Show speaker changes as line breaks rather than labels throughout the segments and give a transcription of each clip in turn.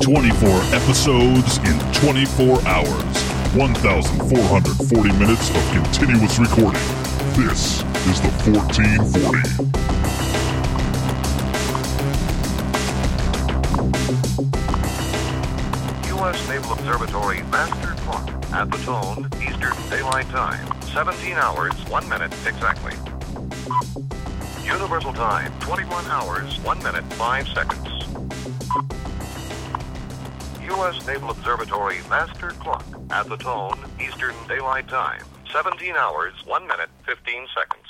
24 episodes in 24 hours, 1,440 minutes of continuous recording. This is the 1440.
U.S. Naval Observatory Master Clock at the tone, Eastern Daylight Time, 17 hours, 1 minute exactly. Universal Time, 21 hours, 1 minute, 5 seconds. U.S. Naval Observatory Master Clock at the tone, Eastern Daylight Time, 17 hours, 1 minute, 15 seconds.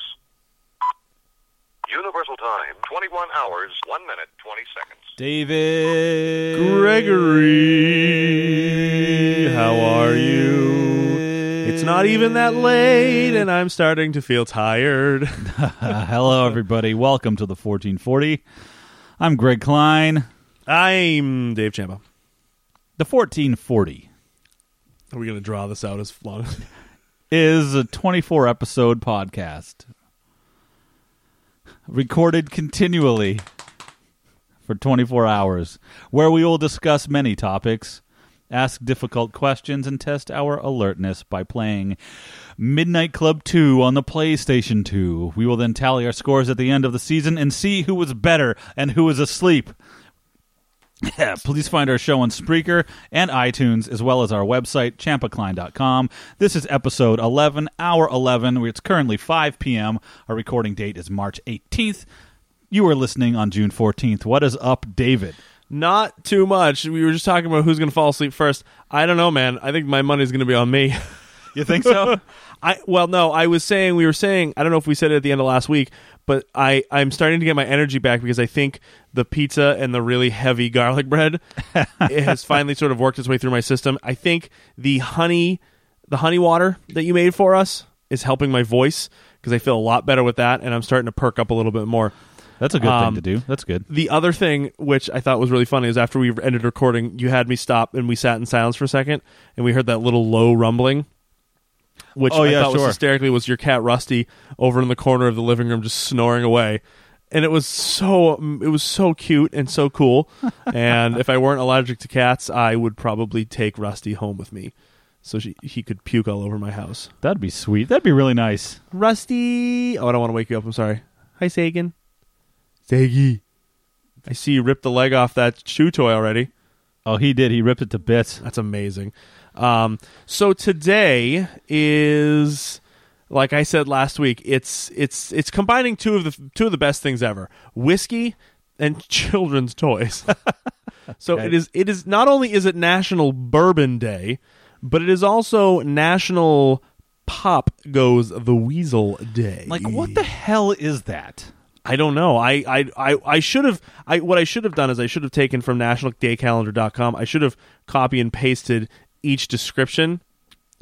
Universal Time, 21 hours, 1 minute, 20 seconds.
David
Gregory, how are you? It's not even that late, and I'm starting to feel tired.
Uh, hello, everybody. Welcome to the 1440. I'm Greg Klein.
I'm Dave Chambo.
The 1440
Are we going to draw this out as long?
is a 24 episode podcast recorded continually for 24 hours, where we will discuss many topics, ask difficult questions, and test our alertness by playing Midnight Club 2 on the PlayStation 2. We will then tally our scores at the end of the season and see who was better and who was asleep. Please find our show on Spreaker and iTunes, as well as our website, champacline.com. This is episode 11, hour 11. It's currently 5 p.m. Our recording date is March 18th. You are listening on June 14th. What is up, David?
Not too much. We were just talking about who's going to fall asleep first. I don't know, man. I think my money's going to be on me.
You think so?
I well, no. I was saying we were saying. I don't know if we said it at the end of last week, but I I'm starting to get my energy back because I think the pizza and the really heavy garlic bread it has finally sort of worked its way through my system. I think the honey the honey water that you made for us is helping my voice because I feel a lot better with that, and I'm starting to perk up a little bit more.
That's a good
Um,
thing to do. That's good.
The other thing which I thought was really funny is after we ended recording, you had me stop and we sat in silence for a second and we heard that little low rumbling. Which
Oh,
I
yeah,
thought
sure.
was hysterically was your cat Rusty over in the corner of the living room just snoring away. And it was so it was so cute and so cool. and if I weren't allergic to cats, I would probably take Rusty home with me. So she, he could puke all over my house.
That'd be sweet. That'd be really nice.
Rusty. Oh, I don't want to wake you up. I'm sorry. Hi, Sagan. Saggy. I see you ripped the leg off that shoe toy already.
Oh, he did. He ripped it to bits.
That's amazing. Um, so today is, like I said last week, it's it's it's combining two of the two of the best things ever: whiskey and children's toys. so it is it is not only is it National Bourbon Day, but it is also National Pop Goes the Weasel Day.
Like, what the hell is that?
I don't know. I I, I, I should have I what I should have done is I should have taken from nationaldaycalendar.com. I should have copy and pasted each description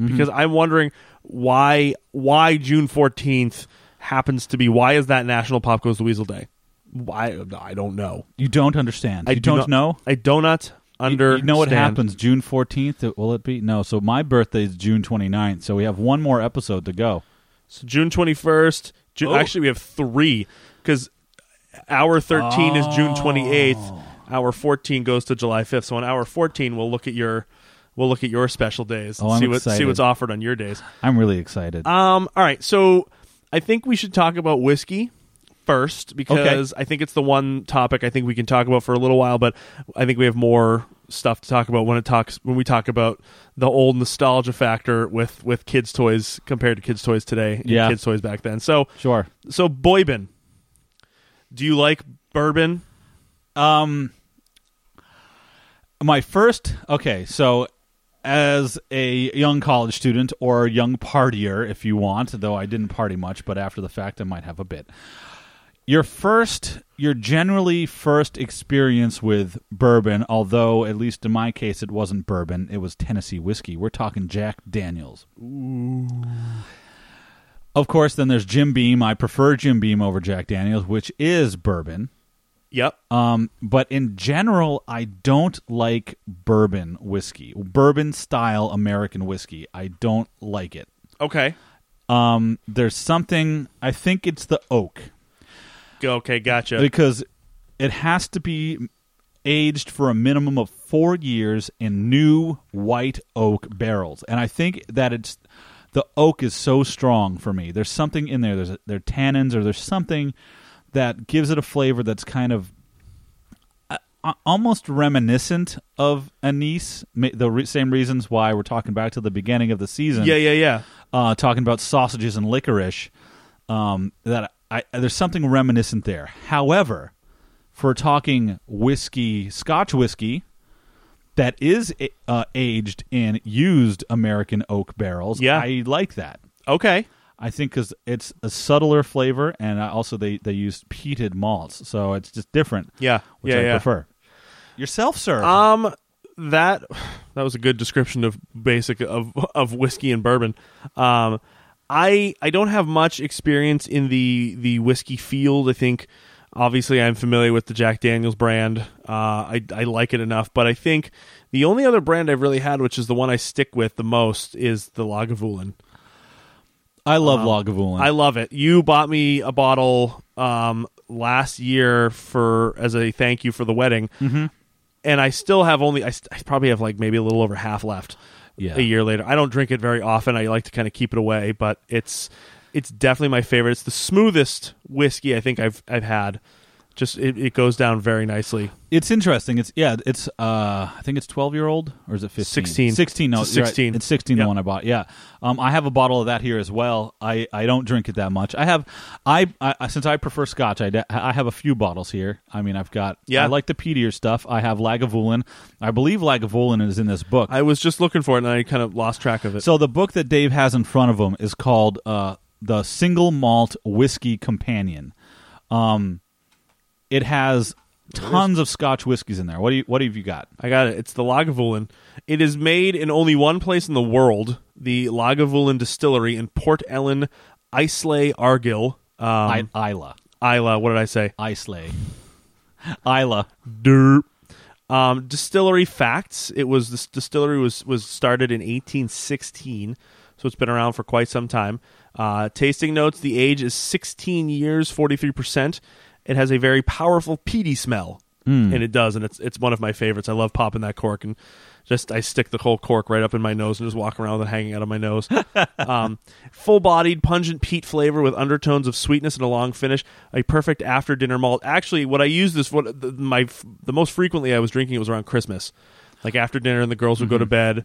Mm-hmm.
because I'm wondering why why June 14th happens to be why is that National Pop Goes the Weasel Day? Why I don't know.
You don't understand.
I
you
do
not
not-
know.
I do not under
You know what happens June 14th? It- Will it be? No. So my birthday is June 29th. So we have one more episode to go.
So June 21st. Ju-
Oh.
Actually, we have three because hour 13 is June
Oh.
28th. Hour 14 goes to July 5th. So on hour 14, we'll look at your we'll look at your special days and
Oh, I'm
see what see
excited.
what's offered on your days.
I'm really excited.
Um, all right. So I think we should talk about whiskey first because I think it's the one topic I think we can talk about for a little while, but I think we have more stuff to talk about when it talks when we talk about the old nostalgia factor with with kids toys compared to kids toys today and
Yeah.
kids toys back then. So
sure.
so boybin. Do you like bourbon?
Um, my first. Okay, so as a young college student or a young partier, if you want, though I didn't party much, but after the fact, I might have a bit. Your first, your generally first experience with bourbon, although at least in my case, it wasn't bourbon, it was Tennessee whiskey. We're talking Jack Daniels. Of course, then there's Jim Beam. I prefer Jim Beam over Jack Daniels, which is bourbon.
Yep.
Um, but in general, I don't like bourbon whiskey, bourbon style American whiskey. I don't like it.
Okay.
Um, there's something. I think it's the oak
Go- Okay, gotcha.
because it has to be aged for a minimum of four years in new white oak barrels. And I think that it's the oak is so strong for me. There's something in there. There's a, there are tannins or there's something that gives it a flavor that's kind of a- almost reminiscent of anise. Ma- The re- same reasons why we're talking back to the beginning of the season
Yeah, yeah, yeah.
uh, talking about sausages and licorice. Um, that I, there's something reminiscent there. However, for talking whiskey, Scotch whiskey that is uh, aged in used American oak barrels,
Yeah.
I like that.
Okay.
I think because it's a subtler flavor, and I also they they use peated malts, so it's just different.
Yeah.
which
Yeah,
I
yeah.
prefer. Yourself, sir.
Um, that that was a good description of basic of of whiskey and bourbon. Um, I I don't have much experience in the the whiskey field. I think obviously I'm familiar with the Jack Daniel's brand. Uh, I I like it enough, but I think the only other brand I've really had, which is the one I stick with the most, is the Lagavulin.
I love Lagavulin.
I love it. You bought me a bottle um, last year for as a thank you for the wedding, mm-hmm. and I still have only I, st- I probably have like maybe a little over half left.
Yeah.
A year later, I don't drink it very often. I like to kind of keep it away, but it's it's definitely my favorite. It's the smoothest whiskey I think I've I've had. Just it, it goes down very nicely.
It's interesting. It's yeah. It's uh, I think it's twelve year old or is it 15?
16.
16. No,
It's
you're right.
16.
It's sixteen.
Yeah.
The one I bought. Yeah. Um, I have a bottle of that here as well. I, I don't drink it that much. I have I, I since I prefer Scotch. I, de- I have a few bottles here. I mean, I've got
Yeah.
I like the peatier stuff. I have Lagavulin. I believe Lagavulin is in this book.
I was just looking for it and I kind of lost track of it.
so the book that Dave has in front of him is called uh, the Single Malt Whiskey Companion. Um, it has tons of Scotch whiskeys in there. What do you what have you got?
I got it. It's the Lagavulin. It is made in only one place in the world, the Lagavulin Distillery in Port Ellen, Islay, Argyll. Um,
I- Isla.
Isla, what did I say?
Islay. Isla.
Derp. Um, distillery facts. It was this distillery was was started in 1816, so it's been around for quite some time. Uh, tasting notes: the age is 16 years, 43 percent. It has a very powerful peaty smell, and it does, and it's it's one of my favorites. I love popping that cork and just I stick the whole cork right up in my nose and just walk around with it hanging out of my nose. um, full-bodied, pungent peat flavor with undertones of sweetness and a long finish. A perfect after-dinner malt. Actually, what I used this what the, my f- the most frequently I was drinking it was around Christmas, like after dinner and the girls would go to bed.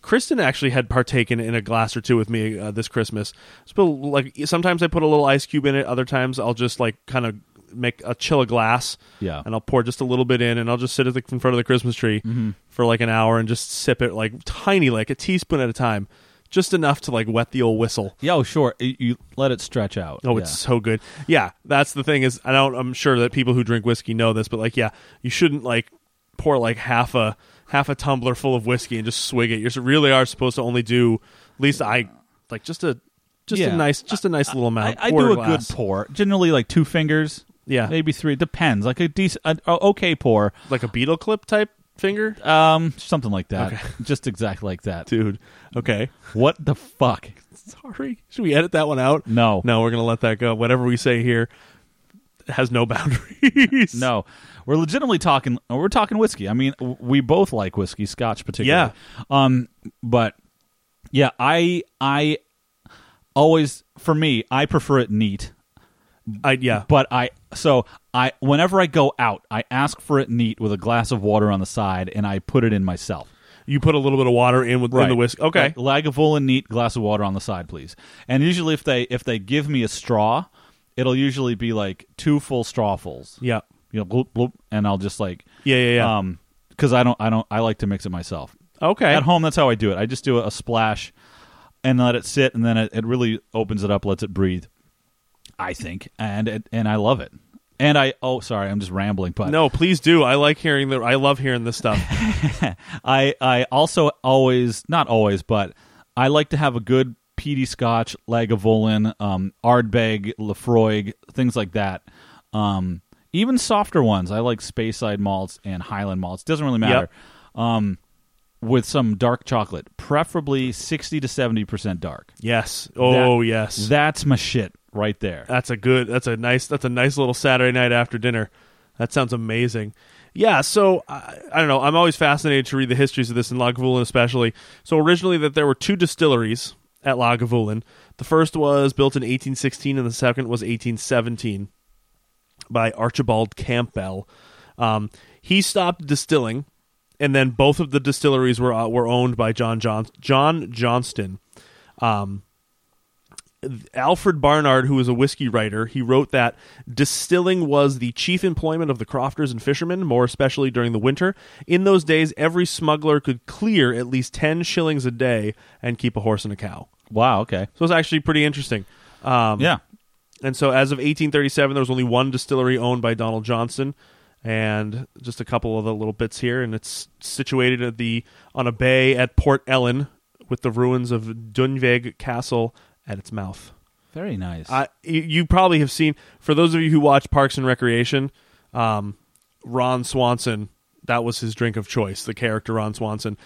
Kristen actually had partaken in a glass or two with me uh, this Christmas. Spill like sometimes I put a little ice cube in it. Other times I'll just like kind of make a chill a glass
Yeah.
and I'll pour just a little bit in, and I'll just sit at the, in front of the Christmas tree
Mm-hmm.
for like an hour and just sip it like tiny, like a teaspoon at a time, just enough to like wet the old whistle.
Yeah, oh, sure. You- You let it stretch out.
Oh,
Yeah.
it's so good. Yeah, that's the thing is, I don't. I'm sure that people who drink whiskey know this, but like, yeah, you shouldn't like pour like half a half a tumbler full of whiskey and just swig it. You really are supposed to only do, at least I like just a just
Yeah.
a nice just a nice little amount.
I, I
Quarter
do a
glass.
good pour. Generally, like two fingers.
Yeah.
Maybe three. Depends. Like a decent, a, a okay pour.
like a beetle clip type finger,
Um, something like that. Just exactly like that.
dude. Okay.
What the fuck?
Sorry. Should we edit that one out?
No.
No, we're going to let that go. Whatever we say here has no boundaries.
No, we're legitimately talking. We're talking whiskey. I mean, w- we both like whiskey, Scotch particularly. Yeah. Um, but yeah, I I always for me, I prefer it neat.
I, yeah.
but I so I whenever I go out, I ask for it neat with a glass of water on the side, and I put it in myself.
You put a little bit of water in with in the whisk. Okay.
like, Lagavulin neat glass of water on the side, please. And usually, if they if they give me a straw, it'll usually be like two full strawfuls.
yeah.
you know, bloop, bloop, and I'll just like
Yeah, yeah, yeah.
um because I don't I don't I like to mix it myself.
okay.
At home, that's how I do it. I just do a, a splash and let it sit, and then it, it really opens it up, lets it breathe. I think, and it, and I love it. And I oh sorry, I'm just rambling, but
No, please do. I like hearing the I love hearing this stuff.
I I also always not always, but I like to have a good peaty Scotch, Lagavulin, um, Ardbeg, Lafroig, things like that. Um, even softer ones. I like Speyside malts and Highland malts. Doesn't really matter. Um, with some dark chocolate, preferably sixty to seventy percent dark.
yes. Oh,
That-
yes. Uh,
That's my shit right there.
that's a good that's a nice that's a nice little Saturday night after dinner. That sounds amazing. Yeah, so I, I don't know. I'm always fascinated to read the histories of this in Lagavulin, especially. So originally, that there were two distilleries at Lagavulin. The first was built in 1816, and the second was 1817 by Archibald Campbell. Um, he stopped distilling, and then both of the distilleries were uh, were owned by John John John Johnston. Alfred Barnard, who was a whiskey writer, he wrote that distilling was the chief employment of the crofters and fishermen, more especially during the winter. In those days, every smuggler could clear at least 10 shillings a day and keep a horse and a cow.
Wow. Okay.
So it's actually pretty interesting. Um,
Yeah.
And so as of 1837, there was only one distillery owned by Donald Johnson. And just a couple of the little bits here, and it's situated at the on a bay at Port Ellen, with the ruins of Dunveg Castle at its mouth.
Very nice.
I, you, you probably have seen for those of you who watch Parks and Recreation, um, Ron Swanson. That was his drink of choice. The character Ron Swanson,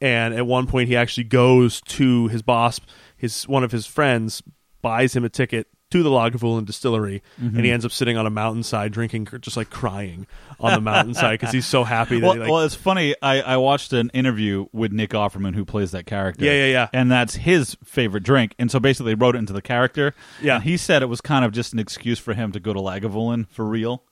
and at one point he actually goes to his boss, his one of his friends buys him a ticket to the Lagavulin distillery,
Mm-hmm.
and he ends up sitting on a mountainside drinking, just like crying on the mountainside because he's so happy that
well,
he, like,
well, it's funny. I, I watched an interview with Nick Offerman, who plays that character.
Yeah, yeah, yeah.
And that's his favorite drink. And so basically, they wrote it into the character.
Yeah.
And he said it was kind of just an excuse for him to go to Lagavulin for real.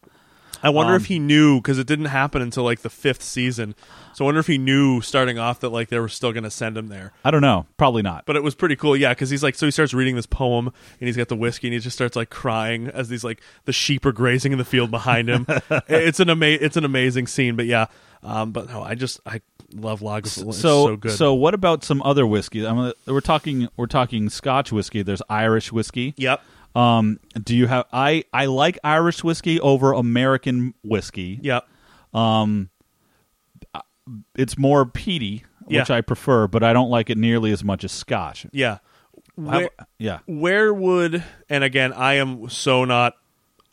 I wonder
um,
if he knew because it didn't happen until like the fifth season. So I wonder if he knew starting off that like they were still going to send him there.
I don't know. Probably not.
But it was pretty cool, yeah, because he's like, so he starts reading this poem, and he's got the whiskey, and he just starts like crying as these like the sheep are grazing in the field behind him. it's an ama- it's an amazing scene, but yeah, um, but no, I just I love Lagavulin. It's so, good.
what about some other whiskey? I'm gonna, we're talking we're talking Scotch whiskey. There's Irish whiskey.
yep,
Um, do you have I I like Irish whiskey over American whiskey.
yep,
It's more peaty, which
Yeah.
I prefer, but I don't like it nearly as much as Scotch.
yeah.
I-
Where-
yeah.
where would and again i am so not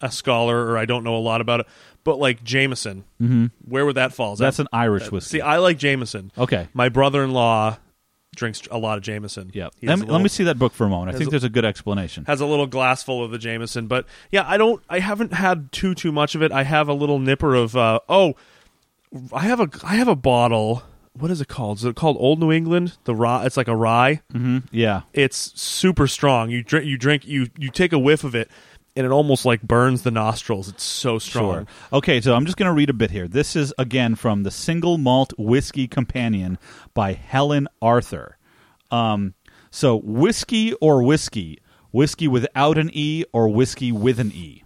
a scholar or i don't know a lot about it but like jameson mm-hmm. where would that fall Is
That's
that,
an Irish whiskey.
see i like jameson
Okay.
my brother-in-law drinks a lot of jameson
Yeah.
He
Let
has
me,
a
let
little-
me see that book for a moment. I think
a-
there's a good explanation.
has a little glass full of the jameson but yeah i don't i haven't had too too much of it i have a little nipper of uh oh i have a i have a bottle what is it called is it called old new england the rye it's like a rye
Mm-hmm. Yeah.
it's super strong. You drink, you drink, you you take a whiff of it, and it almost like burns the nostrils. It's so strong.
Sure. Okay, so I'm just going to read a bit here. This is again from the Single Malt Whiskey Companion by Helen Arthur. Um, so whiskey or whiskey, whiskey without an e or whiskey with an e,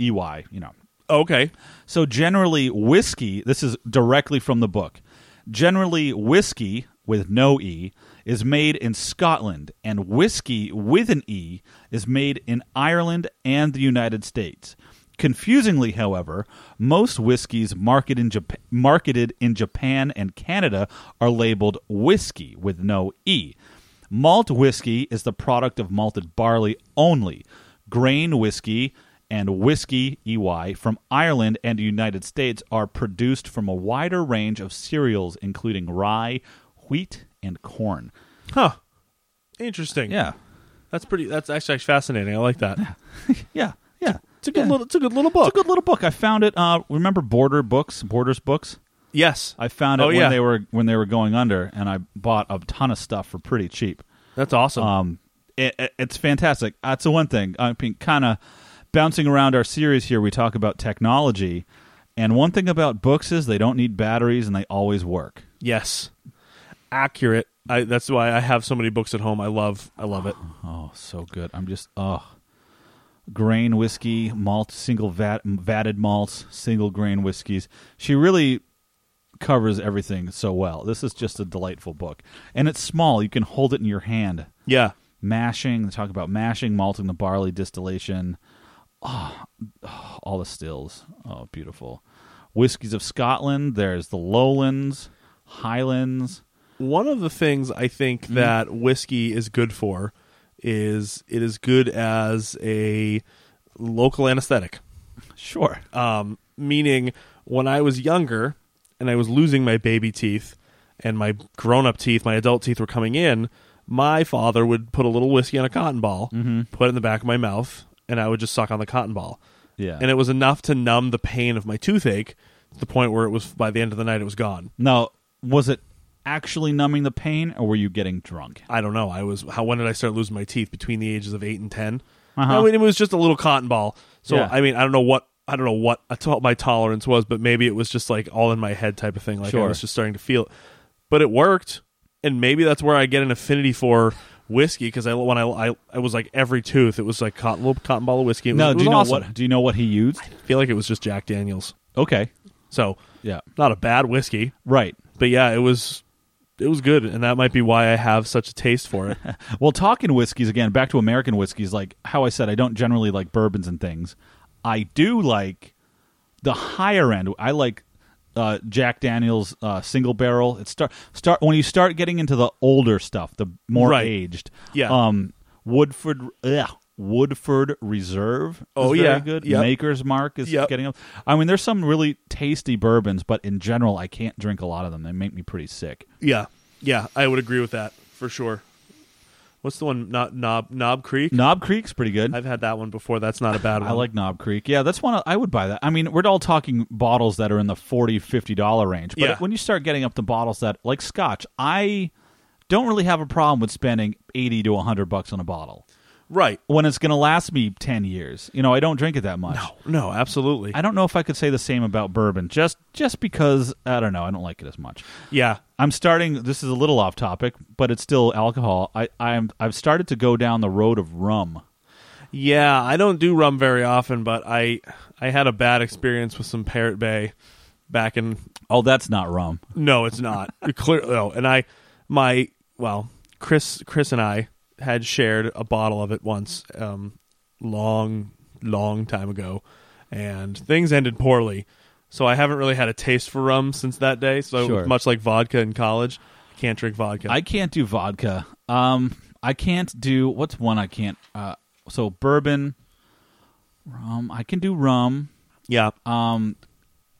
e y. You know.
Okay,
So generally, whiskey, this is directly from the book. Generally, whiskey with no E is made in Scotland, and whiskey with an E is made in Ireland and the United States. Confusingly, however, most whiskeys marketed in, Jap- marketed in Japan and Canada are labeled whiskey with no E. Malt whiskey is the product of malted barley only. Grain whiskey and whiskey EY from Ireland and the United States are produced from a wider range of cereals including rye, wheat, and corn.
huh? Interesting. that's pretty. That's actually fascinating. I like that.
Yeah. Yeah.
It's a good little. It's a good little book.
It's a good little book. I found it uh remember Border Books, Borders Books?
yes,
I found it
Oh,
when
yeah.
they were when they were going under and I bought a ton of stuff for pretty cheap.
that's awesome.
Um, it, it- it's fantastic. That's the one thing. I mean, kind of bouncing around our series here, we talk about technology, and one thing about books is they don't need batteries and they always work.
yes, accurate. I, that's why I have so many books at home. I love. I love it.
Oh, so good. I'm just oh, grain whiskey, malt, single vat, vatted malts, single grain whiskeys. She really covers everything so well. This is just a delightful book, and it's small. You can hold it in your hand.
Yeah.
mashing. They talk about mashing, malting the barley, distillation. Oh, all the stills. Oh, beautiful. Whiskies of Scotland. There's the lowlands, highlands.
One of the things I think that whiskey is good for is it is good as a local anesthetic.
Sure.
um, meaning when I was younger and I was losing my baby teeth and my grown up teeth, my adult teeth were coming in, my father would put a little whiskey on a cotton ball, put it in the back of my mouth, and I would just suck on the cotton ball.
Yeah.
and it was enough to numb the pain of my toothache to the point where it was by the end of the night it was gone.
Now, was it actually numbing the pain, or were you getting drunk?
I don't know. I was how when did I start losing my teeth between the ages of eight and 10
Uh-huh.
I mean, it was just a little cotton ball. So
Yeah.
I mean, I don't know what I don't know what a to- my tolerance was, but maybe it was just like all in my head type of thing. Like I
Sure.
was just starting to feel it, but it worked, and maybe that's where I get an affinity for whiskey because I when I, I I was like every tooth it was like cotton little cotton ball of whiskey. It was,
No,
it
do you
was
know
awesome.
what? Do you know what he used?
I feel like it was just Jack Daniels.
Okay,
So
yeah,
not a bad whiskey,
right.
but yeah, it was it was good, and that might be why I have such a taste for it.
Well, talking whiskeys again, back to American whiskeys. Like how I said, I don't generally like bourbons and things. I do like the higher end. I like uh, Jack Daniel's uh, single barrel. It start start when you start getting into the older stuff, the more
Right.
aged.
Yeah.
Um, Woodford. Ugh. Woodford Reserve. Is
Oh,
very
yeah.
good.
Yep.
Maker's Mark is
Yep.
getting up. I mean, there's some really tasty bourbons, but in general, I can't drink a lot of them. They make me pretty sick.
Yeah, yeah, I would agree with that for sure. What's the one? Not Knob Knob Creek.
Knob Creek's pretty good.
I've had that one before. That's not a bad one.
I like Knob Creek. Yeah, that's one I would buy that. I mean, we're all talking bottles that are in the 40 50 dollar range, but
Yeah.
when you start getting up to bottles that like scotch, I don't really have a problem with spending 80 to 100 bucks on a bottle
right.
when it's going to last me 10 years. You know, I don't drink it that much.
No, absolutely.
I don't know if I could say the same about bourbon just just because I don't know, I don't like it as much.
yeah,
I'm starting. This is a little off topic, but it's still alcohol. I I'm I've started to go down the road of rum.
yeah. I don't do rum very often, but I I had a bad experience with some Parrot Bay back in.
Oh, that's not rum.
No, it's not clear. No, and I my well, Chris Chris and I had shared a bottle of it once, um, long long time ago, and things ended poorly. So I haven't really had a taste for rum since that day. So
Sure.
much like vodka in college, I can't drink vodka.
I can't do vodka. Um, I can't do what's one I can't. Uh, so bourbon, rum. I can do rum.
yeah,
Um,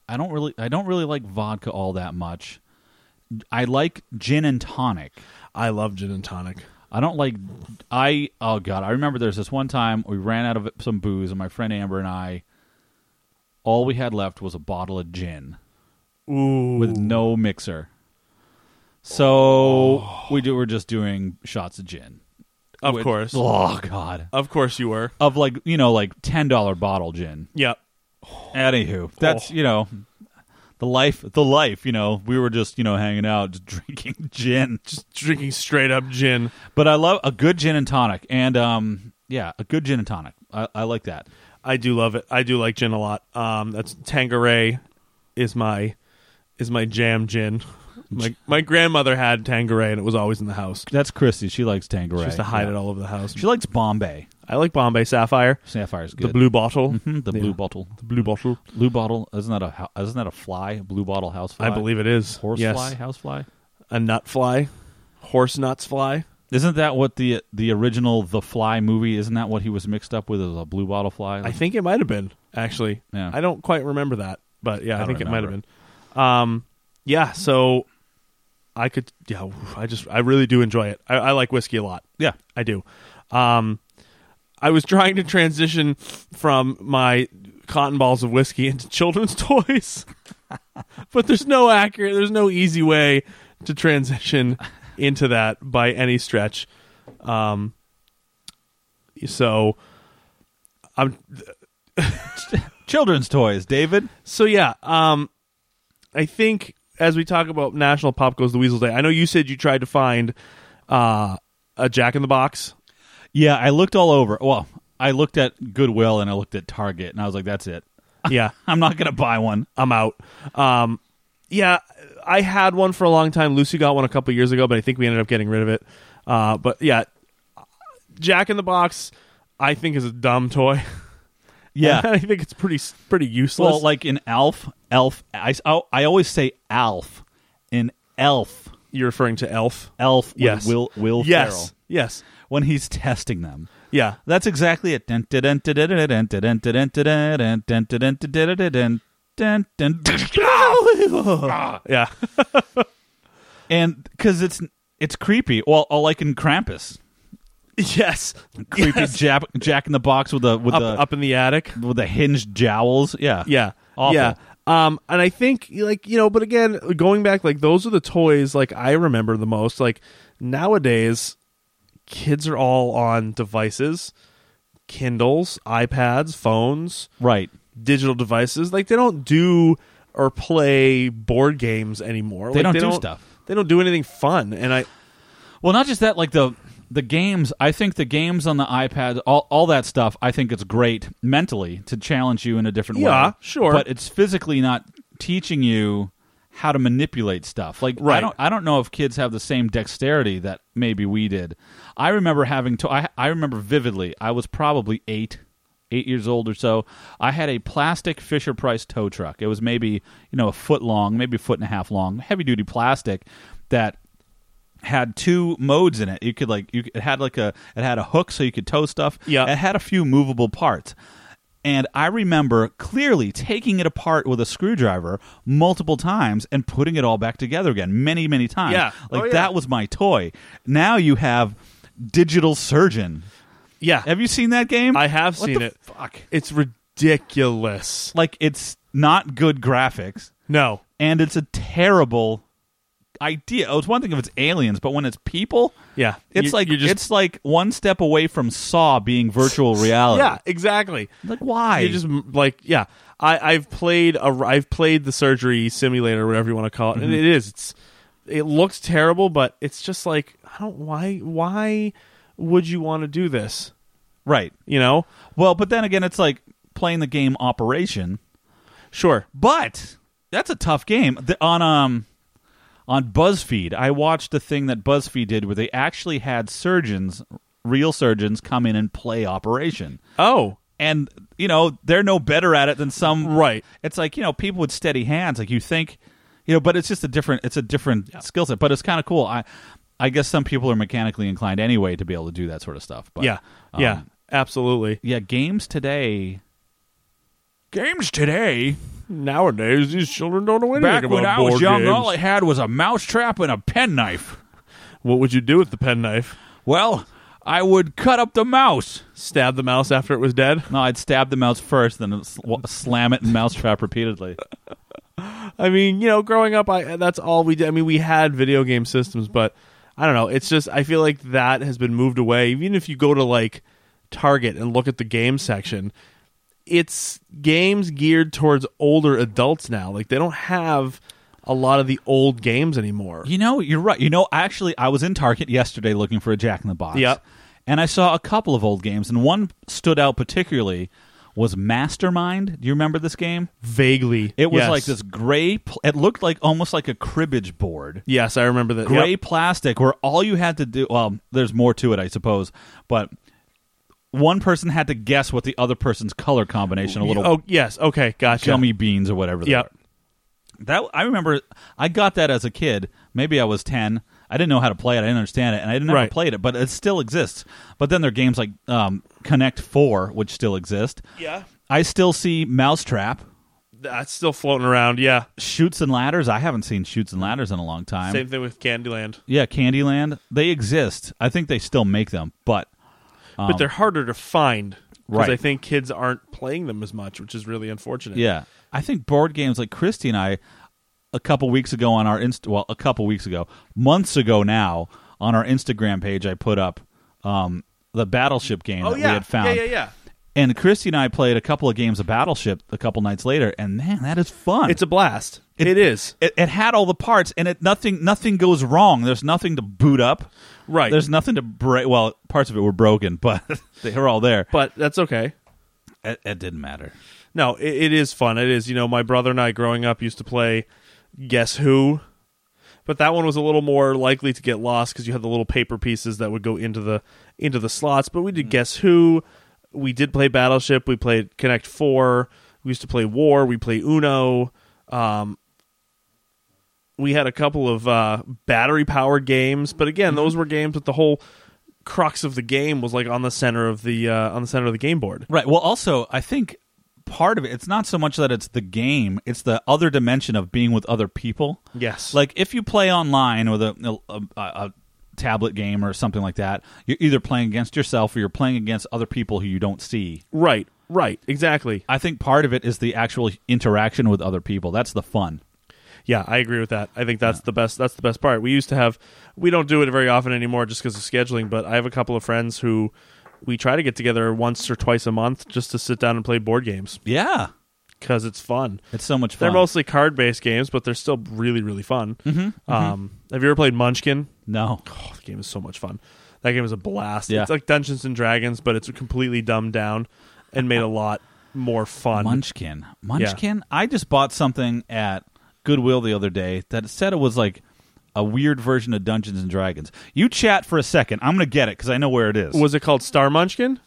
I don't really. I don't really like vodka all that much. I like gin and tonic.
I love gin and tonic.
I don't like. I oh god! I remember there's this one time we ran out of some booze, and my friend Amber and I, all we had left was a bottle of gin
Ooh,
with no mixer. So we do, we're just doing shots of gin.
of
with-
course,
Oh God.
of course you were.
Of like you know like ten dollar bottle gin. Oh.
Yep.
Anywho, that's you know the life. The life. You know we were just you know hanging out, just drinking gin. Just,
drinking straight up gin.
but I love a good gin and tonic, and um yeah, a good gin and tonic. I, I like that.
I do love it. I do like gin a lot. Um, that's Tanqueray is my is my jam gin. My my grandmother had Tanqueray and it was always in the house.
That's Christy. She likes Tanqueray.
She used to hide
Yeah.
it all over the house.
She likes Bombay.
I like Bombay Sapphire,
Sapphire's
the
good.
blue bottle,
Mhm, the
Yeah.
blue bottle.
the blue bottle.
Blue bottle isn't that a hou- isn't that a fly? A blue bottle house fly.
I believe it is
horse
yes.
fly, house fly.
a nut fly, horse nuts fly.
Isn't that what the the original The Fly movie? Isn't that what he was mixed up with? Is a blue bottle fly?
I think it might have been actually.
Yeah.
I don't quite remember that, but yeah, I,
don't
think it might have
remember.
been. Um, yeah, so I could. Yeah, I just I really do enjoy it. I, I like whiskey a lot.
yeah,
I do. Um, I was trying to transition from my cotton balls of whiskey into children's toys, but there's no accurate, there's no easy way to transition into that by any stretch. Um, so I'm
children's toys, David.
so yeah, um, I think as we talk about National Pop Goes the Weasel Day, I know you said you tried to find uh, a Jack in the Box.
Yeah, I looked all over. Well, I looked at Goodwill and I looked at Target, and I was like, "That's it.
Yeah.
I'm not gonna buy one."
I'm out. Um, yeah, I had one for a long time. Lucy got one a couple years ago, but I think we ended up getting rid of it. Uh, but yeah, Jack in the Box, I think is a dumb toy.
Yeah.
I think it's pretty pretty useless.
well, like in Alf, Elf. I oh, I always say Alf in Elf.
you're referring to Elf.
Elf with
Yes.
Will Will
yes.
Ferrell
Yes.
when he's testing them.
Yeah.
That's exactly it. Dun, dun, dun, dun, dun, dun, dun, dun, dun, dun, dun, dun, dun, dun, dun, dun, dun, dun, dun, dun, dun.
Yeah.
and because it's it's creepy. Well, oh, like in Krampus,
Yes,
creepy
Yes.
Jap- Jack in the box with the with
up,
the
up in the attic.
with the hinged jowls. Yeah,
Yeah.
Awful.
Yeah. Um, and I think like, you know, but again, going back, like those are the toys like I remember the most. Like nowadays, kids are all on devices, Kindles, iPads, phones,
right.
digital devices. Like they don't do or play board games anymore.
They
Like,
don't do stuff.
They don't do anything fun. And I
Well, not just that, like the the games. I think the games on the iPad, all all that stuff. I think it's great mentally to challenge you in a different way.
Yeah, sure.
But it's physically not teaching you how to manipulate stuff. Like I
Right.
don't I don't know if kids have the same dexterity that maybe we did. I remember having to. I I remember vividly. I was probably eight. Eight years old or so, I had a plastic Fisher Price tow truck. It was maybe you know a foot long, maybe a foot and a half long, heavy duty plastic that had two modes in it. You could like you it had like a it had a hook so you could tow stuff.
Yeah.
It had a few movable parts. And I remember clearly taking it apart with a screwdriver multiple times and putting it all back together again many, many times.
Yeah.
Like
Oh, yeah.
that was my toy. Now you have digital surgeon.
yeah,
Have you seen that game?
I have
What
seen
the
it.
Fuck.
it's ridiculous.
Like it's not good graphics
No.
and it's a terrible idea. Oh, it's one thing if it's aliens, but when it's people,
Yeah.
It's
You-
like
you just-
it's like one step away from Saw being virtual reality.
Yeah, exactly.
Like why?
you just m- like yeah I, i've played a i've played the surgery simulator whatever you want to call it and it is it's it looks terrible but it's just like i don't why why would you want to do this
right.
you know
Well, but then again, it's like playing the game Operation,
sure
but that's a tough game. The, on um on BuzzFeed, I watched a thing that BuzzFeed did where they actually had surgeons, real surgeons, come in and play Operation.
oh
and you know they're no better at it than some
Right.
it's like you know people with steady hands like you think you know but it's just a different it's a different skill set but it's kind of cool i i guess some people are mechanically inclined anyway to be able to do that sort of stuff but
yeah yeah
um,
absolutely
yeah games today games today
nowadays these children don't know anything
back
about
when i
board
was young
games.
all i had was a mousetrap and a penknife
what would you do with the penknife
well i would cut up the mouse
stab the mouse after it was dead
no i'd stab the mouse first then sl- slam it in mousetrap repeatedly
I mean, you know, growing up, I that's all we did. I mean, we had video game systems, but I don't know. It's just I feel like that has been moved away. Even if you go to like Target and look at the game section, it's games geared towards older adults now. Like they don't have a lot of the old games anymore.
You know, you're right. You know, actually, I was in Target yesterday looking for a Jack in the Box.
Yep.
And I saw a couple of old games, and one stood out particularly was Mastermind. Do you remember this game?
Vaguely,
It was
Yes.
like this gray. Pl- it looked like almost like a cribbage board,
Yes, I remember that.
gray
Yep.
plastic, where all you had to do. Well, there's more to it, I suppose, but one person had to guess what the other person's color combination. A little
Oh yes. Okay. Gotcha.
gummy beans or whatever. they
Yeah.
are. That I remember I got that as a kid. Maybe I was 10. I didn't know how to play it. I didn't understand it and I never
Right.
played it, but it still exists. But then there are games like um, Connect 4 which still exist.
Yeah.
I still see Mousetrap,
That's still floating around. Yeah.
Shoots and Ladders. I haven't seen Shoots and Ladders in a long time.
Same thing with Candyland,
Yeah, Candyland. They exist. I think they still make them, but
but they're harder to find. Because
Um, Right.
I think kids aren't playing them as much, which is really unfortunate.
Yeah, I think board games like Christy and I, a couple weeks ago on our inst, well, a couple weeks ago, months ago now, on our Instagram page, I put up um, the Battleship game
Oh
that
yeah.
we had found,
Yeah, yeah, yeah.
and Christy and I played a couple of games of Battleship a couple nights later, and man, that is fun.
It's a blast. it is.
it, it had all the parts, and it nothing nothing goes wrong. There's nothing to boot up.
Right.
There's nothing to break. Well, parts of it were broken, but they were all there.
but that's okay.
It, it didn't matter.
No, it, it is fun. It is. You know, my brother and I growing up used to play Guess Who, but that one was a little more likely to get lost because you had the little paper pieces that would go into the into the slots. But we did Guess Who. We did play Battleship. We played Connect Four. We used to play War. We play Uno. Um, we had a couple of uh, battery powered games, but again, those were games that the whole crux of the game was like on the center of the uh, on the center of the game board.
Right. Well, also, I think part of it, it's not so much that it's the game, it's the other dimension of being with other people.
Yes,
Like, if you play online with a, a, a, a tablet game or something like that, you're either playing against yourself or you're playing against other people who you don't see.
Right, right, exactly.
I think part of it is the actual interaction with other people. That's the fun.
Yeah, I agree with that. I think that's the best. That's the best part. We used to have. We don't do it very often anymore, just because of scheduling. But I have a couple of friends who we try to get together once or twice a month just to sit down and play board games
Yeah,
because it's fun.
it's so much fun. Mm-hmm,
They're mostly card based games, but they're still really really fun. Um, have you ever played Munchkin?
no.
Oh, the game is so much fun. That game is a blast.
Yeah.
It's like Dungeons and Dragons, but it's completely dumbed down and made a lot more fun.
Munchkin. Munchkin. Mm-hmm. I just bought something at Goodwill the other day that said it was like a weird version of Dungeons and Dragons. You chat for a second. I'm gonna get it because I know where it is.
Was it called Star Munchkin?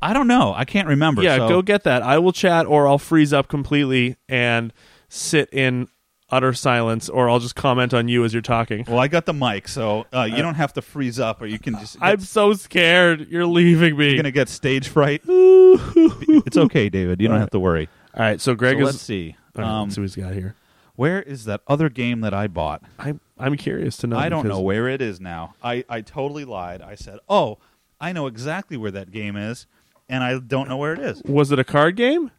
I don't know. I can't remember.
Yeah,
so-
go get that. I will chat or I'll freeze up completely and sit in utter silence or I'll just comment on you as you're talking.
Well, I got the mic, so uh, you don't have to freeze up, or you can just.
I'm so scared. You're leaving me.
you're gonna get stage fright. it's okay, David. You don't have to worry.
All right, so Greg
So
is
let's see.
All right,
Um,
let's see what he's got here.
where is that other game that I bought?
I'm I'm curious to know.
I don't
because-
know where it is now. I, I totally lied. I said, "Oh, I know exactly where that game is," and I don't know where it is.
Was it a card game?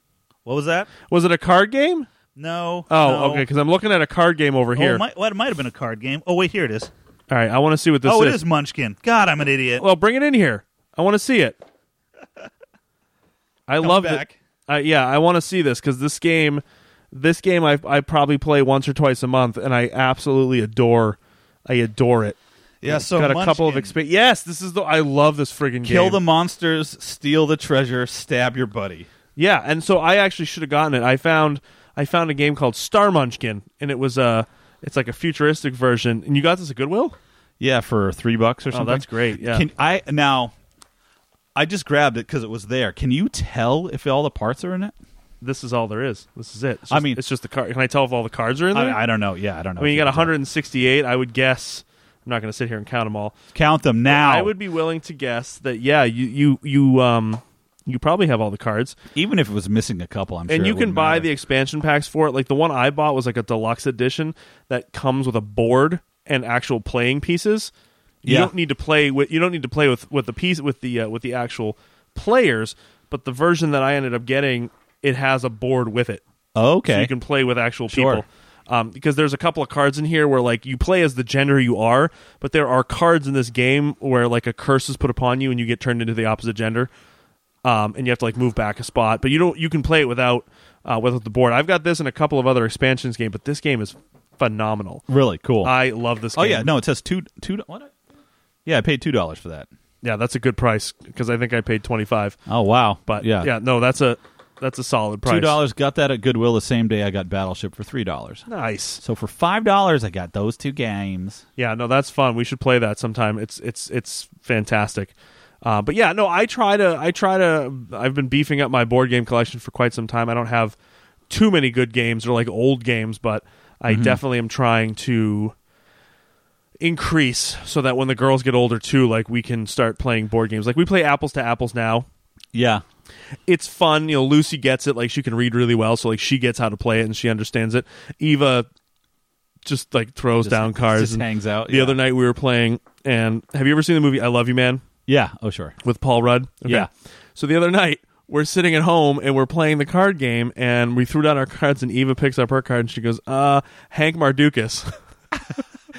What was that?
Was it a card game?
No.
Oh,
no.
okay. Because I'm looking at a card game over
Oh,
here.
it might, well, it might have been a card game. Oh, wait, here it is.
All right, I want to see what this
oh,
is.
it is Oh, Munchkin. God, I'm an idiot.
Well, bring it in here. I want to see it. I love
back.
it. Uh, yeah, I want to see this because this game, this game, I I probably play once or twice a month, and I absolutely adore. I adore it.
yeah, so
Got a couple of
Munchkin.
exp. Yes, this is the. I love this friggin'
Kill
game.
the monsters, steal the treasure, stab your buddy.
Yeah, and so I actually should have gotten it. I found I found a game called Star Munchkin, and it was a. It's like a futuristic version, and you got this at Goodwill.
Yeah, for three bucks or something.
that's great, yeah.
Can I now? I just grabbed it because it was there. Can you tell if all the parts are in it?
This is all there is. This is it. It's
I
just-
mean-
it's just the card. Can I tell if all the cards are in there?
I, I don't know. Yeah, I don't know.
I mean,
if
you got
can tell.
168. I would guess. I'm not going to sit here and count them all.
Count them now.
I would be willing to guess that yeah, you you you um you probably have all the cards,
even if it was missing a couple. I'm sure.
and
it
you can
wouldn't
buy
matter.
the expansion packs for it. Like the one I bought was like a deluxe edition that comes with a board and actual playing pieces. You
Yeah.
don't need to play with you don't need to play with with the piece with the uh, with the actual players, but the version that I ended up getting it has a board with it
Oh, okay.
so you can play with actual
Sure.
people. Um, because there's a couple of cards in here where like you play as the gender you are, but there are cards in this game where like a curse is put upon you and you get turned into the opposite gender, um, and you have to like move back a spot. But you don't you can play it without uh, without the board. I've got this and a couple of other expansions game, but this game is phenomenal.
really cool.
I love this.
oh
game.
yeah, no, it says two two. What? Yeah, I paid two dollars for that.
yeah, that's a good price because I think I paid twenty five.
Oh wow,
But
yeah,
yeah, no, that's a that's a solid price.
two dollars. Got that at Goodwill the same day I got Battleship for three dollars.
nice.
So for five dollars, I got those two games.
Yeah, no, that's fun. We should play that sometime. It's it's it's fantastic. Uh, but yeah, no, I try to I try to I've been beefing up my board game collection for quite some time. I don't have too many good games or like old games, but I definitely am trying to increase so that when the girls get older too, like we can start playing board games. Like we play apples to apples now.
Yeah,
It's fun, you know. Lucy gets it; like she can read really well, so like she gets how to play it and she understands it. Eva just like throws down cards
just
and
hangs out.
the
yeah.
other night we were playing, and have you ever seen the movie I Love You Man
yeah. Oh sure.
with Paul Rudd?
Yeah.
So the other night we're sitting at home and we're playing the card game, and we threw down our cards, and Eva picks up her card and she goes, "Uh, Hank Mardukas,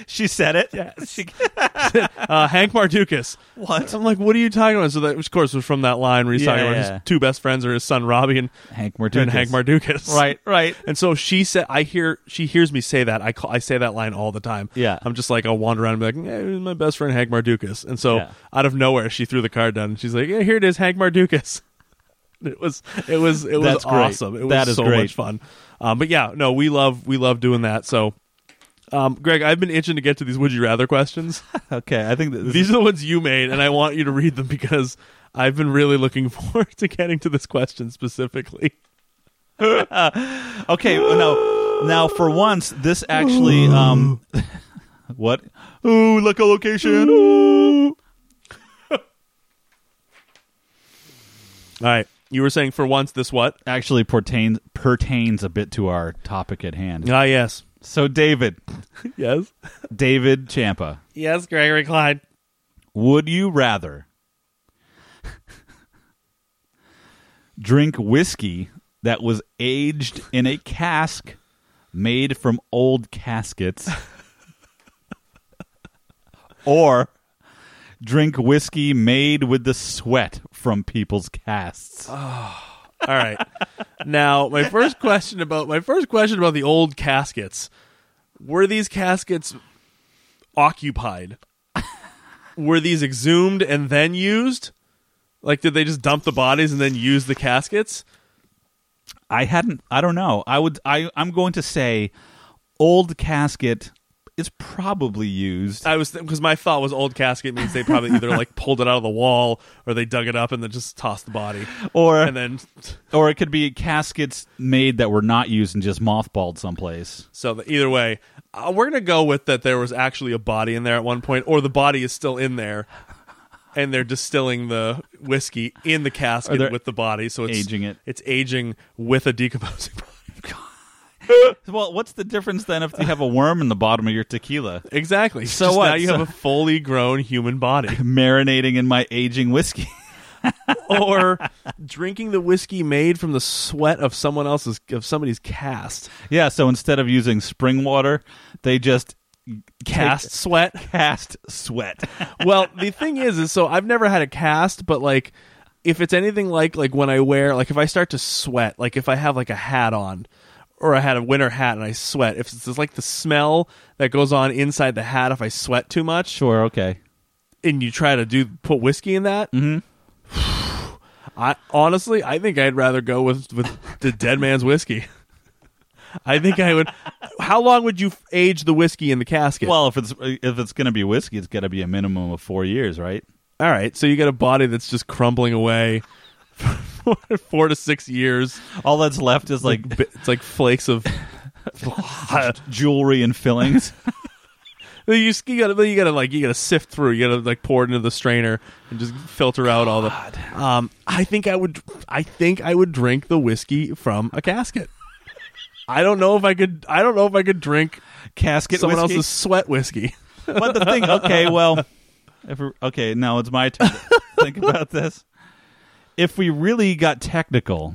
She said it. She,
uh, Hank Mardukas."
What?
I'm like, "What are you talking about?" So that, of course, was from that line where he's talking
Yeah,
about
yeah.
his two best friends are his son Robbie and,
Hank Mardukas.
and Hank Mardukas,
Right, right.
And so she said, "I hear she hears me say that. I call, I say that line all the time.
Yeah.
I'm just like I'll wander around and be like, hey, my best friend Hank Mardukas. And so
Yeah.
out of nowhere, she threw the card down and she's like, yeah, here it is, Hank Mardukas. It was it was it was
That's great.
awesome. It was
That is
so
great.
much fun. Um, but yeah, no, we love we love doing that. So, um, Greg, I've been itching to get to these would you rather questions.
Okay, I think that this
these are the ones you made, and I want you to read them because I've been really looking forward to getting to this question specifically.
Okay, well, now now for once, this actually um, what? Ooh, look a location. Ooh.
All right, you were saying for once this what?
Actually, pertains pertains a bit to our topic at hand.
Ah, yes.
So David,
Yes.
David Champa,
Yes, Gregory Klein.
would you rather drink whiskey that was aged in a cask made from old caskets or drink whiskey made with the sweat from people's casts?
All right. now, my first question about my first question about the old caskets. Were these caskets occupied? Were these exhumed and then used? Like did they just dump the bodies and then use the caskets?
I hadn't. I don't know. I would. I. I'm going to say, old casket is probably used.
I was because my thought was old casket means they probably either like pulled it out of the wall or they dug it up and then just tossed the body.
Or
And then
or it could be caskets made that were not used and just mothballed someplace.
so the, either way, uh, we're gonna go with that there was actually a body in there at one point, or the body is still in there, and they're distilling the whiskey in the
Or they're
casket with the body, so it's
aging it.
It's aging with a decomposing body.
Well, what's the difference then if you have a worm in the bottom of your tequila
Exactly.
So
Just
what?
Now you
So-
have a fully grown human body.
marinating in my aging whiskey?
or drinking the whiskey made from the sweat of someone else's of somebody's cast
yeah. So instead of using spring water, they just
cast sweat
cast sweat.
well the thing is is so i've never had a cast but like if it's anything like like when i wear like if i start to sweat like if i have like a hat on or i had a winter hat and i sweat if it's just like the smell that goes on inside the hat if i sweat too much
sure. Okay.
and you try to do put whiskey in that I honestly, I think I'd rather go with with the dead man's whiskey. I think I would. How long would you f- age the whiskey in the casket?
Well, if it's if it's gonna be whiskey, it's gotta be a minimum of four years, right?
all right. So you got a body that's just crumbling away for four to six years.
All that's left is like
Bi- It's like flakes of.
jewelry and fillings.
You, s- you gotta, you gotta like, you gotta sift through. You gotta like pour it into the strainer and just filter out all the. Um, I think I would, I think I would drink the whiskey from a casket. I don't know if I could. I don't know if I could drink
casket
someone
whiskey.
else's sweat whiskey.
but the thing, okay, well, if we okay, now it's my turn. to think about this. If we really got technical,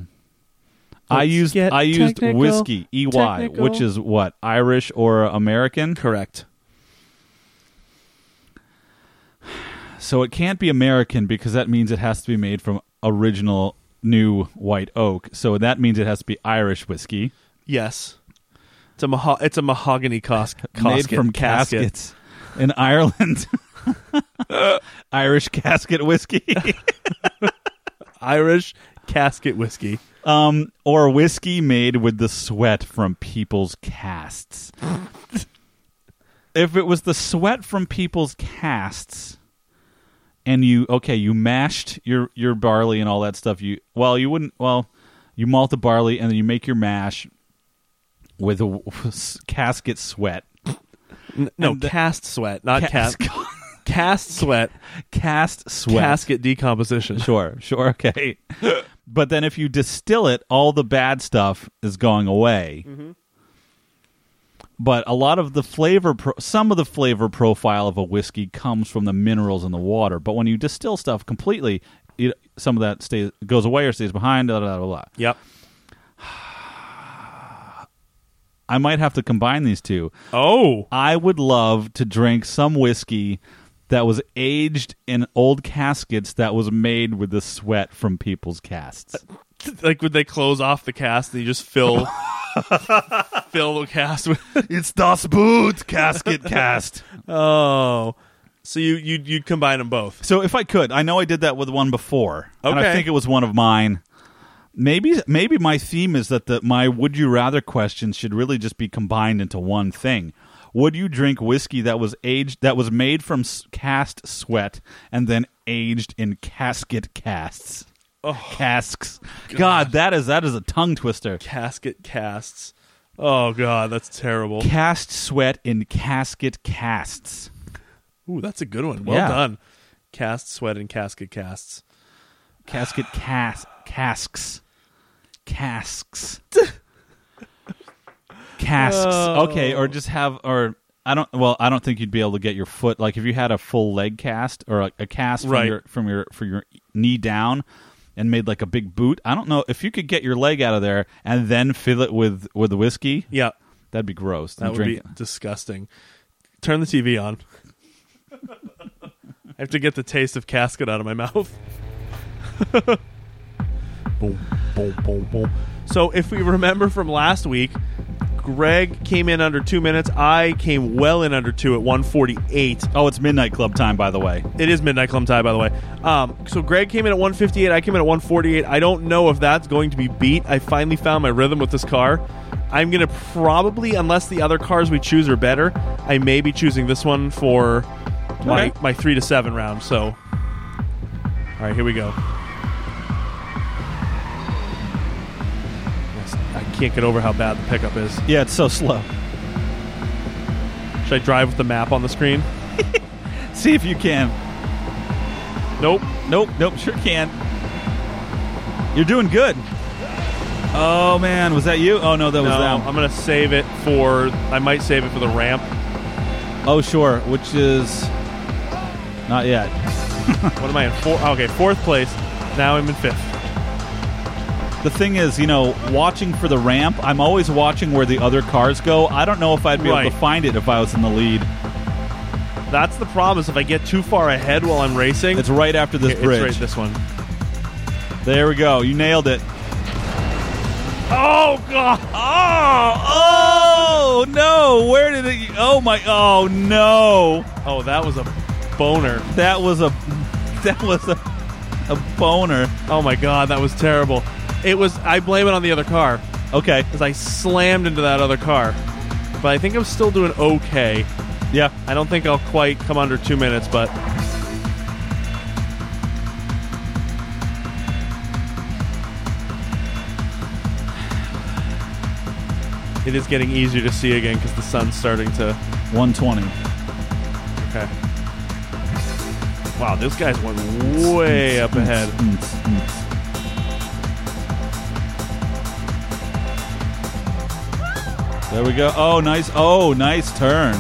I
Let's
used
get
I used
technical,
whiskey, EY,
technical.
which is what Irish or American.
Correct.
So it can't be American because that means it has to be made from original new white oak. So that means it has to be Irish whiskey
Yes. It's a maho- it's a mahogany cos-
made
casket
from
casket.
caskets in Ireland. Irish casket whiskey.
Irish casket whiskey.
Um, or whiskey made with the sweat from people's casts. if it was the sweat from people's casts, and you okay, you mashed your your barley and all that stuff. You well, you wouldn't. Well, you malt the barley and then you make your mash with a casket sweat.
N- no,
And the-
cast sweat, not
Cas-
cast cast sweat,
cast sweat.
casket decomposition.
Sure, sure, okay. but then if you distill it, all the bad stuff is going away. But a lot of the flavor, pro- some of the flavor profile of a whiskey comes from the minerals in the water. But when you distill stuff completely, it, some of that stays goes away or stays behind. Blah, blah, blah, blah.
Yep.
I might have to combine these two.
Oh,
I would love to drink some whiskey that was aged in old caskets that was made with the sweat from people's casts.
like would they close off the cast and you just fill fill the cast with?
It's Das Boot casket cast.
Oh, so you you you'd combine them both.
So if I could, I know I did that with one before, and I
Okay.
think it was one of mine. Maybe maybe my theme is that the, my would you rather questions should really just be combined into one thing. Would you drink whiskey that was aged that was made from s- cast sweat and then aged in casket casts? Casks. God. that is that is a tongue twister.
Casket casts. Oh god, that's terrible.
Cast sweat in casket casts.
Ooh, that's a good one. Well
Yeah.
done. Cast sweat and casket casts.
casket cas casks casks casks.
Oh.
Okay, or just have or I don't. Well, I don't think you'd be able to get your foot like if you had a full leg cast or a, a cast from
Right.
your from your from your knee down and made like a big boot. I don't know if you could get your leg out of there and then fill it with with whiskey.
Yeah,
That'd be gross.
that
And
would
drink
be
it.
disgusting. Turn the TV on. I have to get the taste of casket out of my mouth. boom, boom, boom, boom. So if we remember from last week, Greg came in under two minutes. I came well in under two at one forty-eight.
Oh, it's midnight club time, by the way.
It is midnight club tie, by the way. Um, so Greg came in at 158. I came in at 148. I don't know if that's going to be beat. I finally found my rhythm with this car. I'm gonna probably, unless the other cars we choose are better, I may be choosing this one for my
Okay.
my three to seven round. So, all right, here we go. Yes, I can't get over how bad the pickup is.
Yeah, it's so slow.
Should I drive with the map on the screen?
See if you can.
Nope.
Nope, nope, sure can. You're doing good. Oh man, was that you? Oh no, that was
No,
them.
I'm gonna save it for. I might save it for the ramp.
Oh, sure, which is not yet.
What am I in? Four, okay, fourth place. Now I'm in fifth.
The thing is, you know, watching for the ramp, I'm always watching where the other cars go. I don't know if I'd be able
Right.
to find it if I was in the lead.
That's the problem. Is if I get too far ahead while I'm racing,
It's right after this
it's
bridge.
right this one.
there we go. You nailed it.
Oh god!
Oh, oh no! Where did it? Oh my! Oh no!
Oh, that was a boner.
That was a that was a a boner.
Oh my god, that was terrible. It was. I blame it on the other car
Okay,
because I slammed into that other car. But I think I'm still doing okay.
yeah.
I don't think I'll quite come under two minutes, but it is getting easier to see again because the sun's starting to.
120.
Okay. Wow, this guy's went way up ahead.
There we go. Oh, nice. Oh, nice turn.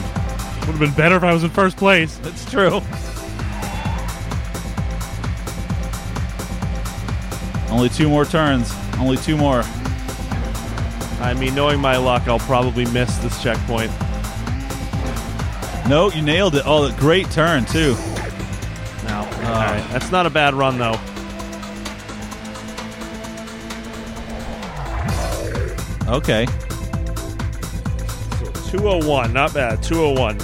Would have been better if I was in first place.
That's true. Only two more turns. Only two more.
I mean, knowing my luck, I'll probably miss this checkpoint.
No, you nailed it. Oh, that great turn too.
No. All right. That's not a bad run, though.
Okay.
201, not bad. 201.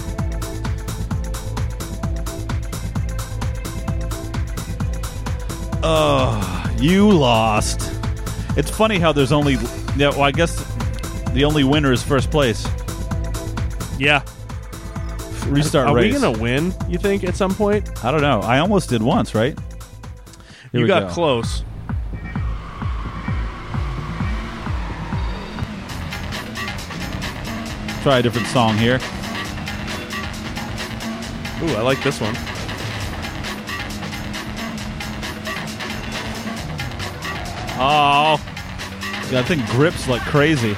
Oh, you lost. It's funny how there's only. Yeah, well, I guess the only winner is first place.
Yeah.
Restart
Are
race.
we gonna win? You think at some point?
I don't know. I almost did once, right? Here
you
we
got
go.
close.
Try a different song here.
Ooh, I like this one.
Uh, Oh, yeah, I think grips like crazy.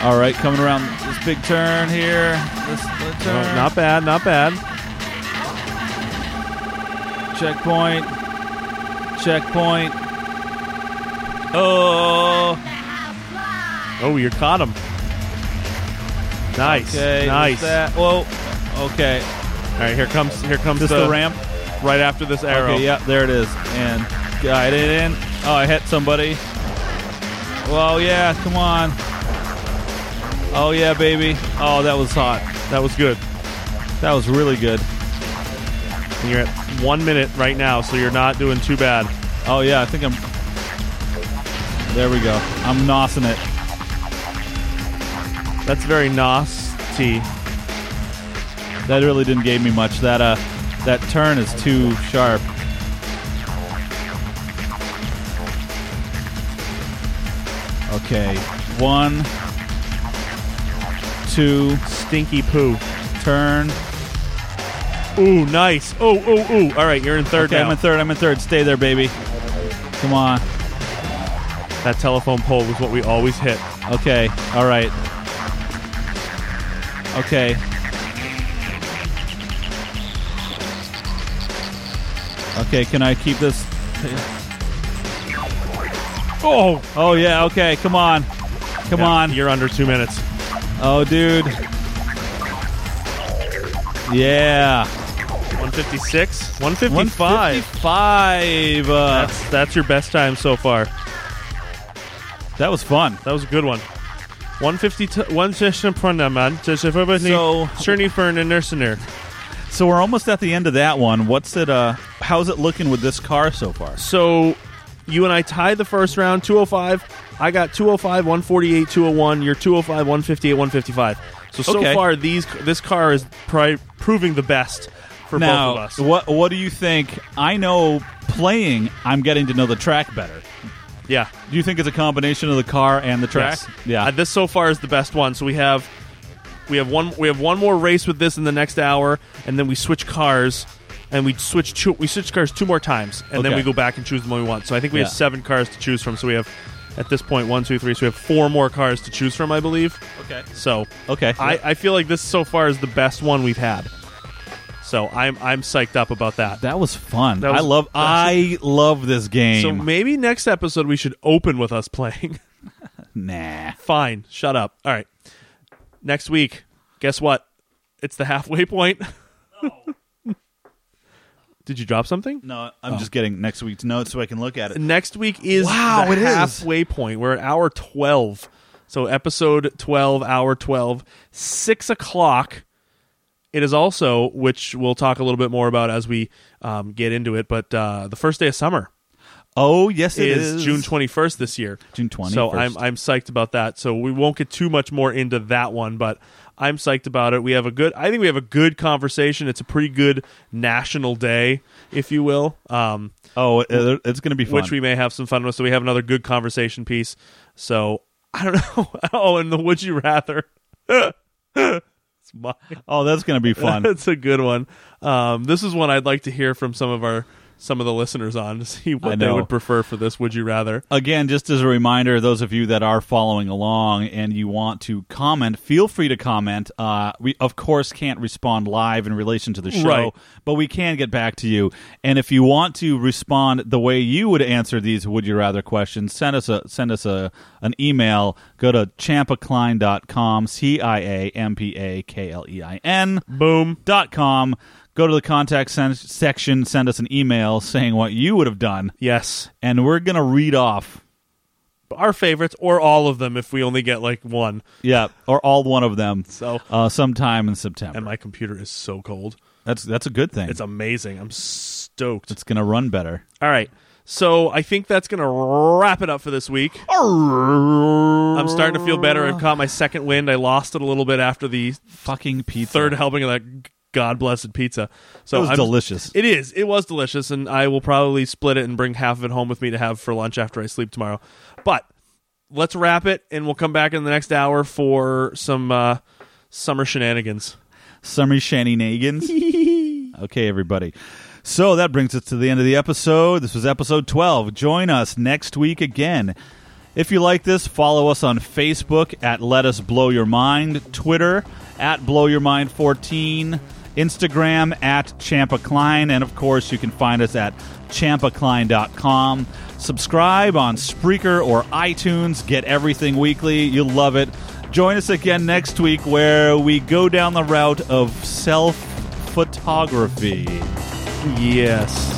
All right, coming around this big turn here. This, the
No,
turn.
Oh, not bad, not bad.
Checkpoint. Checkpoint. Oh,
Oh, you caught him. Nice,
okay.
nice.
what's That. Whoa. Okay.
All right, here comes here comes
This
the,
the ramp?
right after this arrow.
Okay, yeah, there it is. And guide it in. Oh, I hit somebody. Well, yeah, come on. Oh, yeah, baby. Oh, that was hot.
that was good.
That was really good.
And you're at one minute right now, so you're not doing too bad.
Oh, yeah, I think I'm. There we go. I'm nosing it.
That's very nasty.
That really didn't give me much. That uh, that turn is too sharp. Okay, one, two,
Stinky poo.
turn.
Ooh, nice. Oh, oh, ooh. All right, you're in third
Okay,
now.
I'm in third. I'm in third. Stay there, baby. Come on.
That telephone pole was what we always hit.
Okay. All right. Okay. Okay, can I keep this?
Oh,
Oh, yeah, okay, come on. Come on.
You're under two minutes.
Oh, dude. Yeah.
156, 155.
155. Uh,
That's that's your best time so far.
that was fun.
That was a good one. 150, 150,
So-
Cherney Fern and Nursener.
So we're almost at the end of that one. What's it? Uh, how's it looking with this car so far?
So you and I tied the first round, 205. I got 205, 148, 201. You're 205, 158, 155. So so
Okay.
far, these this car is pri- proving the best for
now,
both of us.
what what do you think? I know playing, I'm getting to know the track better.
yeah,
Do you think it's a combination of the car and the track?
Yes.
Yeah.
Uh, this so far is the best one. So we have we have one we have one more race with this in the next hour, and then we switch cars. And we switch two, we switch cars two more times, and then
Okay.
we go back and choose the one we want. So I think we
Yeah.
have seven cars to choose from. So we have, at this point, one, two, three. So we have four more cars to choose from, I believe.
okay.
So
Okay.
I, I feel like this so far is the best one we've had. So I'm I'm psyched up about that.
that was fun.
That was-
I love I love this game.
So maybe next episode we should open with us playing.
nah.
Fine, shut up. All right. Next week, guess what? It's the halfway point. Did you drop something?
No, I'm just getting next week's notes so I can look at it.
Next week is
Wow,
the
it is.
halfway point. We're at hour twelve. So episode twelve, hour twelve, six o'clock. It is also, which we'll talk a little bit more about as we um, get into it, but uh, the first day of summer
Oh, yes, it
is,
is,
June twenty first this year.
June 21st.
So I'm I'm psyched about that. So we won't get too much more into that one, but I'm psyched about it. We have a good. I think we have a good conversation. It's a pretty good national day, if you will. Um,
Oh, it- it- it's going to be fun.
which we may have some fun with. So we have another good conversation piece. So I don't know. oh, and the would you rather? it's mine.
oh, that's going to be fun.
That's a good one. Um, this is one I'd like to hear from some of our some of the listeners on to see
I
what they
know.
would prefer for this. Would you rather?
again, just as a reminder, those of you that are following along and you want to comment, feel free to comment. Uh, we, of course, can't respond live in relation to the show,
Right.
but we can get back to you. And if you want to respond the way you would answer these would you rather questions, send us a send us a an email. Go to champacline.com, C I A M P A K L E I N
Boom.
dot com. Go to the contact sen- section, send us an email saying what you would have done,
Yes.
and we're going to read off
Our favorites or all of them if we only get like one.
Yeah, or all one of them.
So-
uh, sometime in September.
And my computer is so cold.
that's that's a good thing.
It's amazing. I'm stoked.
it's gonna run better.
All right. So I think that's going to wrap it up for this week. I'm starting to feel better. I've caught my second wind. I lost it a little bit after the
Fucking pizza.
third helping of that god blessed pizza. So
It was
I'm-
delicious.
It is. It was delicious, and I will probably split it and bring half of it home with me to have for lunch after I sleep tomorrow. But let's wrap it, and we'll come back in the next hour for some uh, summer shenanigans.
Summer Shanny Nagans. okay, everybody. So that brings us to the end of the episode. This was episode 12. Join us next week again. If you like this, follow us on Facebook at Let Us Blow Your Mind, Twitter at Blow Your Mind 14, Instagram at Champa Klein, and of course, you can find us at champacline.com. Subscribe on Spreaker or iTunes. Get everything weekly. You'll love it. Join us again next week where we go down the route of self photography.
Yes.